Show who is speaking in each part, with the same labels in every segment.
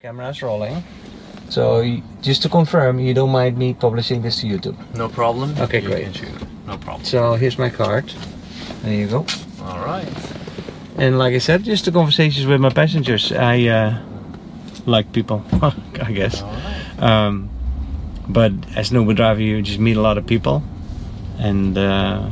Speaker 1: Camera's rolling. So y- just to confirm, you don't mind me publishing this to YouTube.
Speaker 2: No problem.
Speaker 1: Okay,
Speaker 2: You
Speaker 1: great.
Speaker 2: can shoot. No problem.
Speaker 1: So here's my card. There you go.
Speaker 2: All right.
Speaker 1: And like I said, just the conversations with my passengers. I uh, like people, I guess.
Speaker 2: All right.
Speaker 1: Um, but as an Uber driver, you just meet a lot of people. And uh,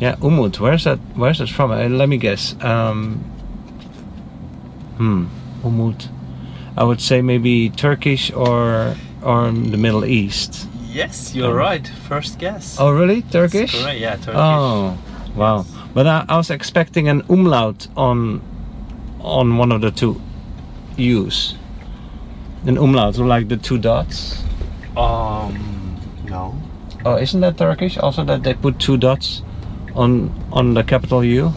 Speaker 1: yeah, Umut, where's that? Where's that from? Uh, let me guess. Um, hmm, Umut. I would say maybe Turkish or or the Middle East.
Speaker 2: Yes, you're
Speaker 1: Um,
Speaker 2: right. First guess.
Speaker 1: Oh, really?
Speaker 2: That's
Speaker 1: Turkish?
Speaker 2: Correct. Yeah, Turkish.
Speaker 1: Oh, wow! But I, I was expecting an umlaut on on one of the two U's. An umlaut, like the two dots.
Speaker 2: Um, no.
Speaker 1: Oh, isn't that Turkish? Also, that they put two dots on on the capital U.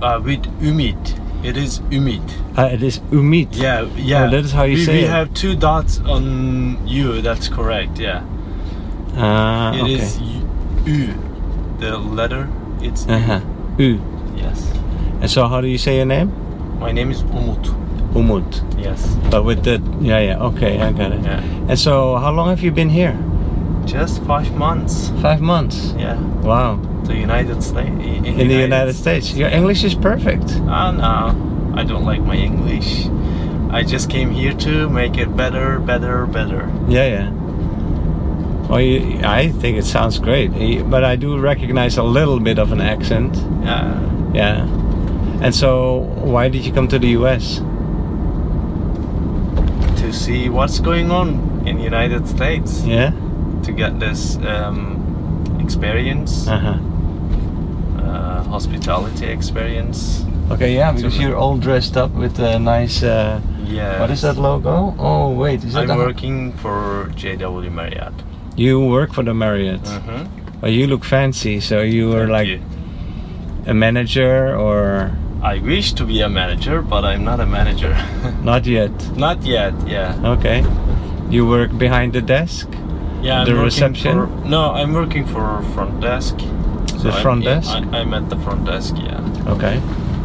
Speaker 2: Uh, with umid. It is umid.
Speaker 1: Uh, it is umit.
Speaker 2: Yeah, yeah.
Speaker 1: Oh, that is how you
Speaker 2: we,
Speaker 1: say
Speaker 2: we
Speaker 1: it.
Speaker 2: have two dots on you. That's correct. Yeah.
Speaker 1: Ah,
Speaker 2: It
Speaker 1: okay.
Speaker 2: is u. The letter. It's
Speaker 1: Uh huh. U.
Speaker 2: yes.
Speaker 1: And so, how do you say your name?
Speaker 2: My name is Umut.
Speaker 1: Umut.
Speaker 2: Yes.
Speaker 1: But with the yeah, yeah. Okay, I got it.
Speaker 2: Yeah.
Speaker 1: And so, how long have you been here?
Speaker 2: Just five months.
Speaker 1: Five months.
Speaker 2: Yeah.
Speaker 1: Wow.
Speaker 2: The United States. In,
Speaker 1: In the United States, your English is perfect.
Speaker 2: Ah, no, I don't like my English. I just came here to make it better, better, better.
Speaker 1: Yeah, yeah. Well, you, I think it sounds great, y- but I do recognize a little bit of an accent.
Speaker 2: Yeah.
Speaker 1: Yeah. And so, why did you come to the U.S.?
Speaker 2: To see what's going on in United States,
Speaker 1: Yeah.
Speaker 2: to get this um, experience,
Speaker 1: Uh huh.
Speaker 2: uh, hospitality experience.
Speaker 1: Okay, yeah, because you're all dressed up with a nice. Uh,
Speaker 2: Yeah.
Speaker 1: What is that logo? Oh wait, is that?
Speaker 2: I'm
Speaker 1: the-
Speaker 2: working for JW Marriott.
Speaker 1: You work for the Marriott.
Speaker 2: Mm-hmm.
Speaker 1: Well, you look fancy, so you were like a manager or
Speaker 2: I wish to be a manager, but I'm not a manager.
Speaker 1: not yet?
Speaker 2: not yet. Yeah.
Speaker 1: Okay. You work behind the desk.
Speaker 2: Yeah, I'm
Speaker 1: The
Speaker 2: working
Speaker 1: reception?
Speaker 2: for- no, I'm working for front desk.
Speaker 1: The
Speaker 2: I'm
Speaker 1: front
Speaker 2: in-
Speaker 1: desk?
Speaker 2: I, I'm at the front desk. Yeah.
Speaker 1: Okay.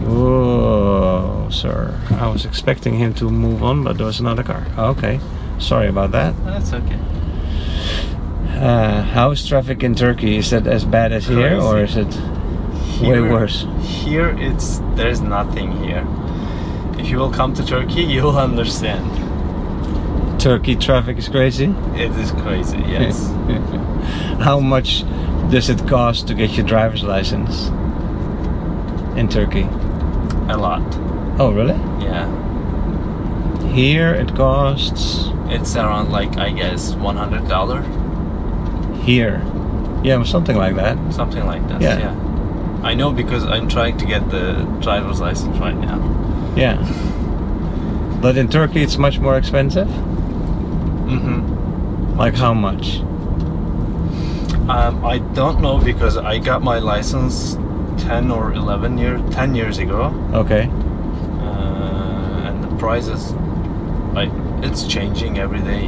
Speaker 1: Oh, sir. I was expecting him to move on, but there was another car. Okay. Sorry about that.
Speaker 2: That's okay.
Speaker 1: Uh, how's traffic in Turkey? Is that as bad as here, or is it way
Speaker 2: Here-
Speaker 1: worse?
Speaker 2: Here, it's there's nothing here. If you will come to Turkey, you will understand.
Speaker 1: Turkey traffic is crazy.
Speaker 2: It is crazy. Yes.
Speaker 1: How much does it cost to get your driver's license in Turkey?
Speaker 2: a lot.
Speaker 1: Oh, really?
Speaker 2: Yeah.
Speaker 1: Here it costs
Speaker 2: It's around like I guess one hundred dollar,
Speaker 1: here. Yeah, something like that.
Speaker 2: something like that.
Speaker 1: Yeah.
Speaker 2: I know because I'm trying to get the driver's license right now.
Speaker 1: Yeah. But in Turkey it's much more expensive.
Speaker 2: Mm-hmm.
Speaker 1: Like how much?
Speaker 2: Um, I don't know because I got my license 10 or 11 year 10 years ago,
Speaker 1: Okay.
Speaker 2: uh, and the price is like it's changing every day,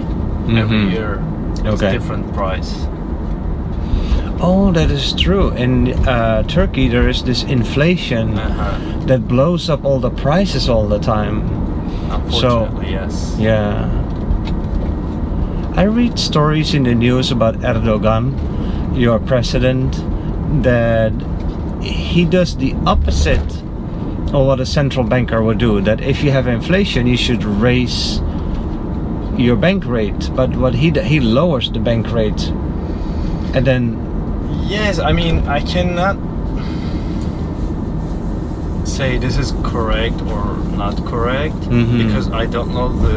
Speaker 2: every
Speaker 1: Mhm.
Speaker 2: year. It's
Speaker 1: Okay.
Speaker 2: different price.
Speaker 1: Oh, that is true. In uh, Turkey, there is this inflation
Speaker 2: Uh-huh.
Speaker 1: that blows up all the prices all the time.
Speaker 2: Unfortunately, yes.
Speaker 1: Yeah. I read stories in the news about Erdogan, your president, that he does the opposite of what a central banker would do. That if you have inflation, you should raise your bank rate. But what he d- he lowers the bank rate, and then
Speaker 2: Yes, I mean I cannot say this is correct or not correct
Speaker 1: Mhm.
Speaker 2: because I don't know the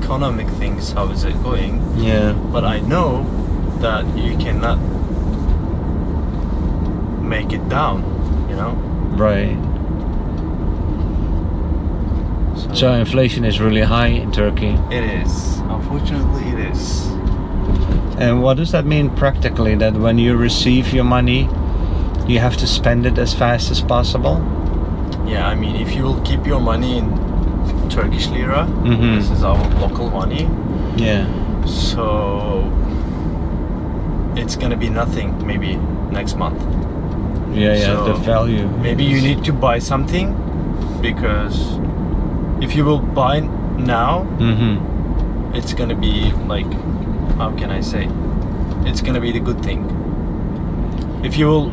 Speaker 2: economic things. How is it going?
Speaker 1: yeah.
Speaker 2: but I know that you cannot make it down, you know.
Speaker 1: Right. So inflation is really high in Turkey.
Speaker 2: it is. Unfortunately, it is.
Speaker 1: And what does that mean practically? That when you receive your money, you have to spend it as fast as possible?
Speaker 2: Yeah, I mean, if you will keep your money in Turkish lira,
Speaker 1: Mhm.
Speaker 2: this is our local money,
Speaker 1: Yeah.
Speaker 2: so it's gonna be nothing maybe next month.
Speaker 1: Yeah, yeah, the
Speaker 2: So,
Speaker 1: value.
Speaker 2: Maybe you need to buy something because if you will buy now,
Speaker 1: Mm-hmm.
Speaker 2: it's gonna be like how can I say? It's gonna be the good thing. If you will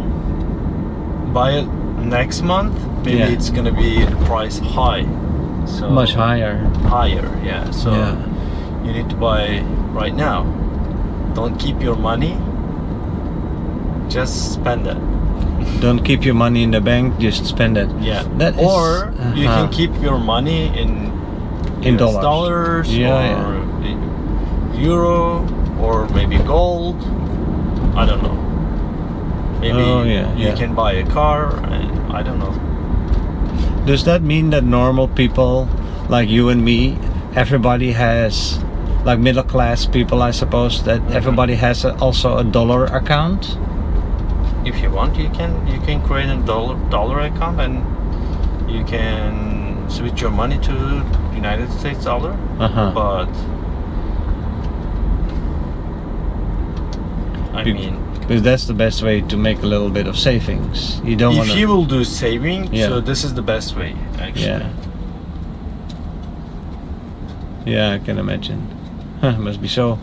Speaker 2: buy it next month, maybe
Speaker 1: Yeah.
Speaker 2: it's gonna be the price high. So
Speaker 1: Much higher.
Speaker 2: higher, yeah. So
Speaker 1: Yeah.
Speaker 2: you need to buy right now. Don't keep your money. Just spend it.
Speaker 1: Don't keep your money in the bank. Just spend it.
Speaker 2: Yeah.
Speaker 1: That is-
Speaker 2: or you
Speaker 1: uh-huh.
Speaker 2: can keep your money in
Speaker 1: in
Speaker 2: US
Speaker 1: dollars.
Speaker 2: yeah,
Speaker 1: Yeah, yeah.
Speaker 2: or in euro or maybe gold. I don't know. Maybe
Speaker 1: Oh, yeah,
Speaker 2: you
Speaker 1: yeah.
Speaker 2: can buy a car. And I don't know.
Speaker 1: Does that mean that normal people like you and me, everybody has, like middle class people, I suppose, that
Speaker 2: Mhm.
Speaker 1: everybody has a, also a dollar account?
Speaker 2: If you want, you can you can create a dollar dollar account and you can switch your money to United States dollar.
Speaker 1: Uh huh.
Speaker 2: But I
Speaker 1: Be-
Speaker 2: mean.
Speaker 1: Because that's the best way to make a little bit of savings. You don't want
Speaker 2: if you
Speaker 1: to.
Speaker 2: will do saving,
Speaker 1: Yeah.
Speaker 2: so this is the best way actually.
Speaker 1: Yeah. Yeah, I can imagine. Huh, must be so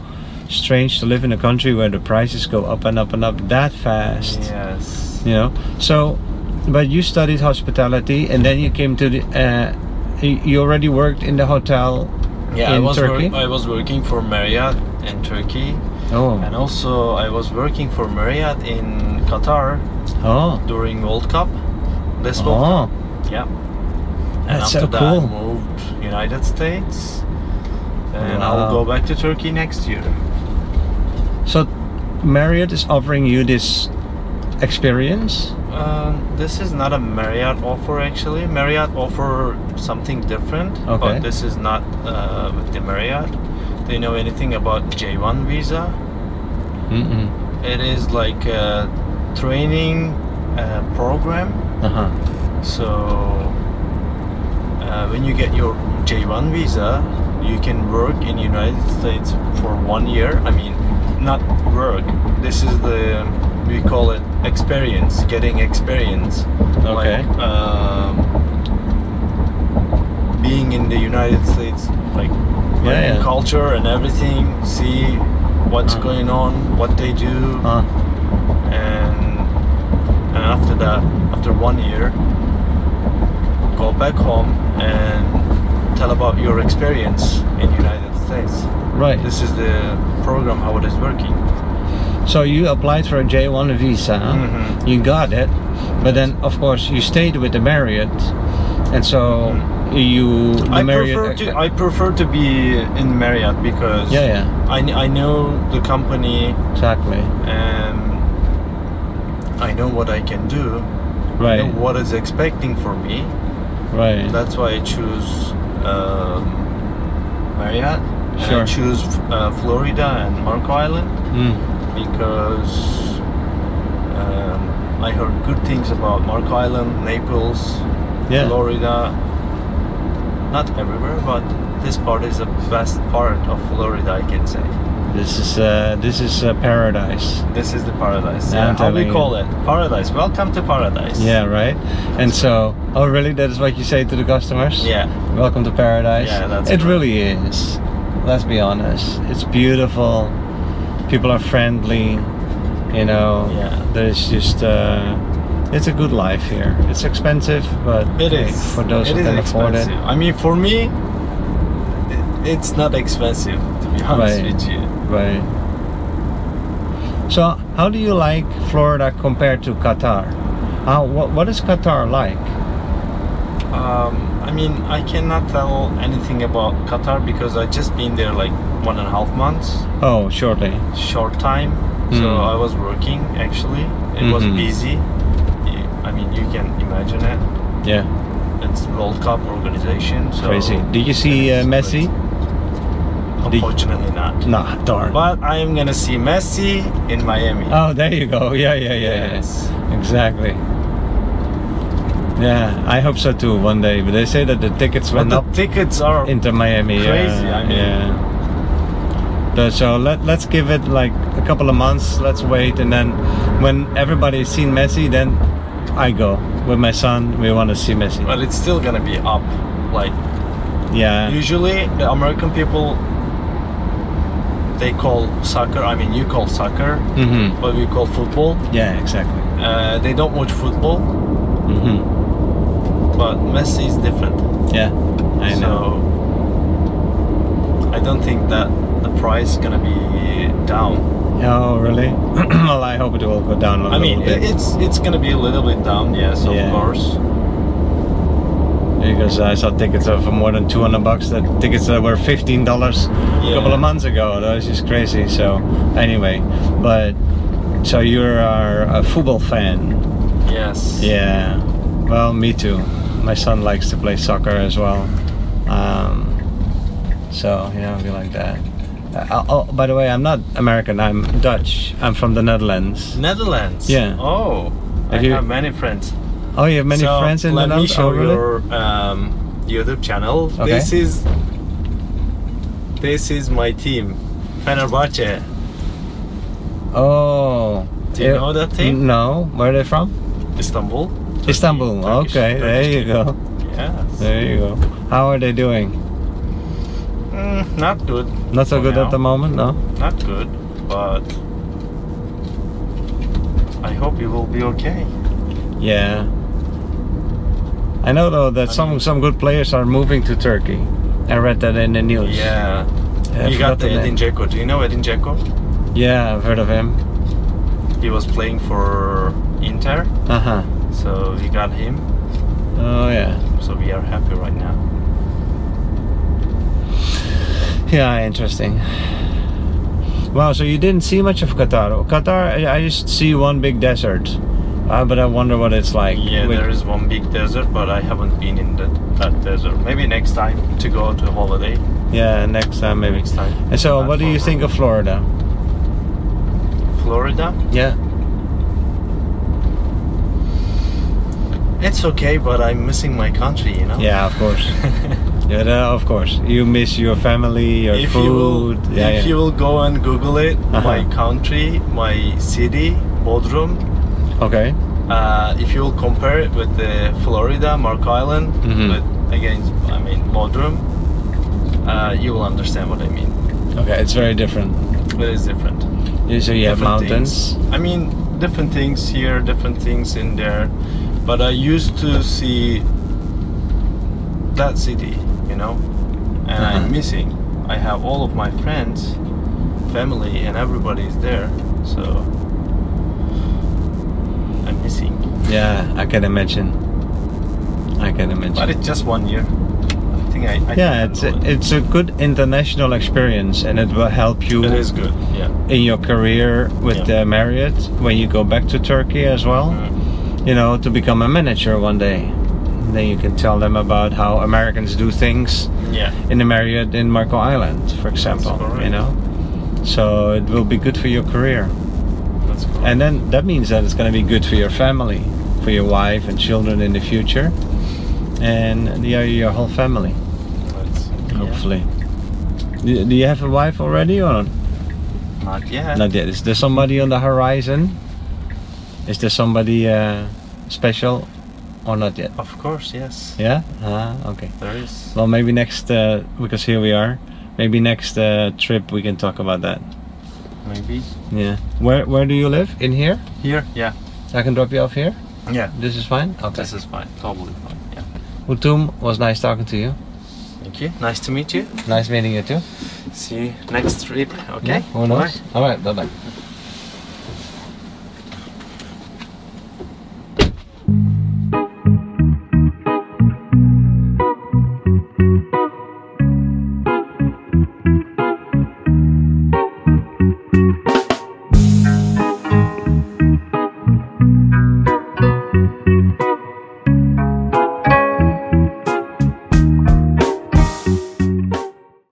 Speaker 1: strange to live in a country where the prices go up and up and up that fast.
Speaker 2: Yes.
Speaker 1: you know so but you studied hospitality and then you came to the uh, y- you already worked in the hotel
Speaker 2: Yeah, I
Speaker 1: in
Speaker 2: was
Speaker 1: Turkey?
Speaker 2: Wor- I was working for Marriott in Turkey, and
Speaker 1: oh
Speaker 2: also I was working for Marriott in Qatar
Speaker 1: oh
Speaker 2: during World Cup. This World
Speaker 1: oh
Speaker 2: Cup, yeah. And
Speaker 1: That's
Speaker 2: after
Speaker 1: so
Speaker 2: that,
Speaker 1: cool.
Speaker 2: I moved United States, and I'll
Speaker 1: Wow.
Speaker 2: go back to Turkey next year.
Speaker 1: so marriott is offering you this experience
Speaker 2: Um, this is not a Marriott offer actually. Marriott offer something different,
Speaker 1: Okay.
Speaker 2: but this is not uh, with the Marriott. They know anything about J1 visa?
Speaker 1: Mm-mm.
Speaker 2: It is like a training uh, program.
Speaker 1: uh-huh
Speaker 2: So uh, when you get your J1 visa, you can work in United States for one year. I mean, not work. This is the we call it experience, getting experience.
Speaker 1: Okay.
Speaker 2: Like, um, being in the United States, like
Speaker 1: Yeah,
Speaker 2: learning
Speaker 1: yeah.
Speaker 2: culture and everything, see what's
Speaker 1: Uh.
Speaker 2: going on, what they do
Speaker 1: uh,
Speaker 2: and and after that, after one year, go back home and tell about your experience in United States.
Speaker 1: right
Speaker 2: This is the program how it is working.
Speaker 1: so you applied for a j1 visa
Speaker 2: Mhm.
Speaker 1: you got it but then of course you stayed with the marriott and so you the
Speaker 2: Mm-hmm. I
Speaker 1: marriott
Speaker 2: prefer to I prefer to be in Marriott because
Speaker 1: yeah yeah
Speaker 2: I, kn- I know the company
Speaker 1: exactly
Speaker 2: and I know what I can do. I know
Speaker 1: right
Speaker 2: what is expecting for me.
Speaker 1: right
Speaker 2: That's why I choose um, Marriott. And
Speaker 1: Sure.
Speaker 2: I choose uh, Florida and Marco Island
Speaker 1: Mm.
Speaker 2: because um, I heard good things about Marco Island, Naples,
Speaker 1: yeah
Speaker 2: Florida. Not everywhere, but this part is the best part of Florida, I can say.
Speaker 1: This is uh, this is uh, paradise.
Speaker 2: This is the paradise.
Speaker 1: Yeah, I'm
Speaker 2: how we
Speaker 1: telling
Speaker 2: call
Speaker 1: you.
Speaker 2: it? Paradise. Welcome to paradise.
Speaker 1: Yeah, right. And so, oh really? That is what you say to the customers?
Speaker 2: Yeah.
Speaker 1: Welcome to paradise.
Speaker 2: Yeah, that's
Speaker 1: it.
Speaker 2: correct.
Speaker 1: Really is. Let's be honest. It's beautiful. People are friendly. You know.
Speaker 2: Yeah.
Speaker 1: There's just. Uh, it's a good life here. It's expensive, but
Speaker 2: It is.
Speaker 1: for those
Speaker 2: It
Speaker 1: who
Speaker 2: is
Speaker 1: can afford it.
Speaker 2: expensive. I mean, for me, i- it's not expensive to be honest
Speaker 1: Right.
Speaker 2: with you.
Speaker 1: Right. So, how do you like Florida compared to Qatar? How, what, what is Qatar like?
Speaker 2: Um, I mean, I cannot tell anything about Qatar because I just been there like one and a half months,
Speaker 1: Oh, shortly.
Speaker 2: short time. So
Speaker 1: Mm.
Speaker 2: I was working actually. It was
Speaker 1: Mhm.
Speaker 2: busy. Y- I mean, you can imagine it.
Speaker 1: Yeah,
Speaker 2: It's World Cup organization. So
Speaker 1: crazy. Did you see uh,
Speaker 2: it's
Speaker 1: Messi?
Speaker 2: crazy. Unfortunately, not.
Speaker 1: Nah, darn.
Speaker 2: But I am gonna see Messi in Miami.
Speaker 1: Oh, there you go. Yeah, yeah, yeah, yeah.
Speaker 2: Yes.
Speaker 1: Exactly. Yeah, I hope so too one day. But they say that the tickets
Speaker 2: But
Speaker 1: went
Speaker 2: the
Speaker 1: up
Speaker 2: tickets are
Speaker 1: into Miami. yeah,
Speaker 2: crazy, I mean.
Speaker 1: Yeah. But So let, let's give it like a couple of months. Let's wait, and then when everybody's seen Messi, then I go with my son. We want to see Messi.
Speaker 2: but it's still gonna be up like
Speaker 1: Yeah.
Speaker 2: Usually, the American people they call soccer. I mean, you call soccer,
Speaker 1: hmm
Speaker 2: but we call football.
Speaker 1: Yeah, exactly.
Speaker 2: Uh, they don't watch football,
Speaker 1: hmm
Speaker 2: Mm-hmm. but Messi is different.
Speaker 1: Yeah, I know.
Speaker 2: So I don't think that the price gonna be down.
Speaker 1: Oh, really? well, I hope it will go down a
Speaker 2: I
Speaker 1: little
Speaker 2: mean,
Speaker 1: bit.
Speaker 2: it's it's gonna be a little bit down. Yes, of
Speaker 1: Yeah.
Speaker 2: course.
Speaker 1: because I saw tickets of more than 200 bucks. That tickets that were 15 dollars a
Speaker 2: Yeah.
Speaker 1: couple of months ago. That was just crazy. So anyway, but so you are a football fan?
Speaker 2: Yes.
Speaker 1: Yeah. Well, me too. My son likes to play soccer as well. Um, so you know, be like that. Uh, oh, oh, by the way, I'm not American. I'm Dutch. I'm from the Netherlands.
Speaker 2: Netherlands.
Speaker 1: Yeah.
Speaker 2: Oh,
Speaker 1: Have
Speaker 2: I
Speaker 1: you-
Speaker 2: have many friends.
Speaker 1: Oh, you have many
Speaker 2: So,
Speaker 1: friends in the
Speaker 2: let
Speaker 1: Netherlands.
Speaker 2: me show
Speaker 1: oh, really?
Speaker 2: your um, YouTube channel.
Speaker 1: Okay.
Speaker 2: This is this is my team, Fenerbahce.
Speaker 1: Oh.
Speaker 2: Do you
Speaker 1: Yeah.
Speaker 2: know that team?
Speaker 1: No. Where are they from?
Speaker 2: Istanbul. Turkey,
Speaker 1: Istanbul.
Speaker 2: Turkish-
Speaker 1: okay, there
Speaker 2: Turkish
Speaker 1: you go.
Speaker 2: team. Yes.
Speaker 1: There you go. How are they doing?
Speaker 2: Mm, not good.
Speaker 1: Not so
Speaker 2: for
Speaker 1: good at
Speaker 2: now.
Speaker 1: the moment, no?
Speaker 2: Not good, but I hope you will be okay.
Speaker 1: Yeah. I know though that some some good players are moving to Turkey. I read that in the news.
Speaker 2: Yeah.
Speaker 1: I
Speaker 2: you got
Speaker 1: forgot
Speaker 2: the
Speaker 1: the
Speaker 2: Edin
Speaker 1: name.
Speaker 2: Dzeko. Do you know Edin Dzeko?
Speaker 1: Yeah, I've heard of him.
Speaker 2: He was playing for Inter,
Speaker 1: Uh huh.
Speaker 2: so we got him.
Speaker 1: Oh yeah.
Speaker 2: So we are happy right now.
Speaker 1: Yeah, interesting. Wow, so you didn't see much of Qatar. Qatar, I, I just see one big desert. Uh, but I wonder what it's like.
Speaker 2: Yeah,
Speaker 1: with-
Speaker 2: there is one big desert, but I haven't been in that, that desert. Maybe next time to go to holiday.
Speaker 1: yeah next time maybe.
Speaker 2: Next time.
Speaker 1: And so,
Speaker 2: Not
Speaker 1: what do
Speaker 2: far
Speaker 1: you
Speaker 2: from
Speaker 1: think of Florida?
Speaker 2: Florida?
Speaker 1: Yeah.
Speaker 2: It's okay, but I'm missing my country, you know?
Speaker 1: Yeah, of course. Yeah, no, of course. You miss your family, your
Speaker 2: if you will,
Speaker 1: food. yeah,
Speaker 2: if
Speaker 1: yeah.
Speaker 2: you will go and Google it, my
Speaker 1: Uh-huh.
Speaker 2: country, my city, Bodrum.
Speaker 1: okay.
Speaker 2: Uh, if you will compare it with the Florida, Mark Island,
Speaker 1: Mhm.
Speaker 2: but against I mean Bodrum, uh, you will understand what I mean.
Speaker 1: Okay, it's very different.
Speaker 2: It is different.
Speaker 1: You- So you have
Speaker 2: Different
Speaker 1: mountains.
Speaker 2: things. I mean, different things here, different things in there. But I used to see that city, you know, and
Speaker 1: Uh-huh.
Speaker 2: I'm missing. I have all of my friends, family, and everybody is there. So I'm missing.
Speaker 1: Yeah, I can imagine. I can imagine.
Speaker 2: But it's just one year. I think I. I
Speaker 1: yeah,
Speaker 2: can
Speaker 1: it's a,
Speaker 2: handle it.
Speaker 1: it's a good international experience, and it will help you
Speaker 2: It is good. Yeah.
Speaker 1: in your career with
Speaker 2: Yeah.
Speaker 1: the Marriott when you go back to Turkey as well.
Speaker 2: Mm.
Speaker 1: You know, to become a manager one day. Then you can tell them about how Americans do things
Speaker 2: Yeah.
Speaker 1: in the Marriott in Marco Island, for example. You
Speaker 2: correct.
Speaker 1: know, so it will be good for your career,
Speaker 2: That's cool.
Speaker 1: and then that means that it's going to be good for your family, for your wife and children in the future, and yeah, your whole family.
Speaker 2: That's-
Speaker 1: Hopefully. Do do you have a wife already or
Speaker 2: Yeah. Not yet.
Speaker 1: not yet? Is there somebody on the horizon? Is there somebody uh, special or not yet?
Speaker 2: Of course, yes.
Speaker 1: Yeah. Ah, okay.
Speaker 2: There is.
Speaker 1: Well, maybe next uh, because here we are. Maybe next uh, trip we can talk about that.
Speaker 2: Maybe.
Speaker 1: Yeah. Where Where do you live? In here?
Speaker 2: Here? Yeah.
Speaker 1: I can drop you off here.
Speaker 2: Yeah.
Speaker 1: This is fine. Okay.
Speaker 2: This is fine. Totally fine. Yeah.
Speaker 1: Hutum was nice talking to you.
Speaker 2: Thank you. Nice to meet you.
Speaker 1: Nice meeting you too.
Speaker 2: See you next trip. Okay. Oh,
Speaker 1: Yeah, Who knows? All right. Bye bye.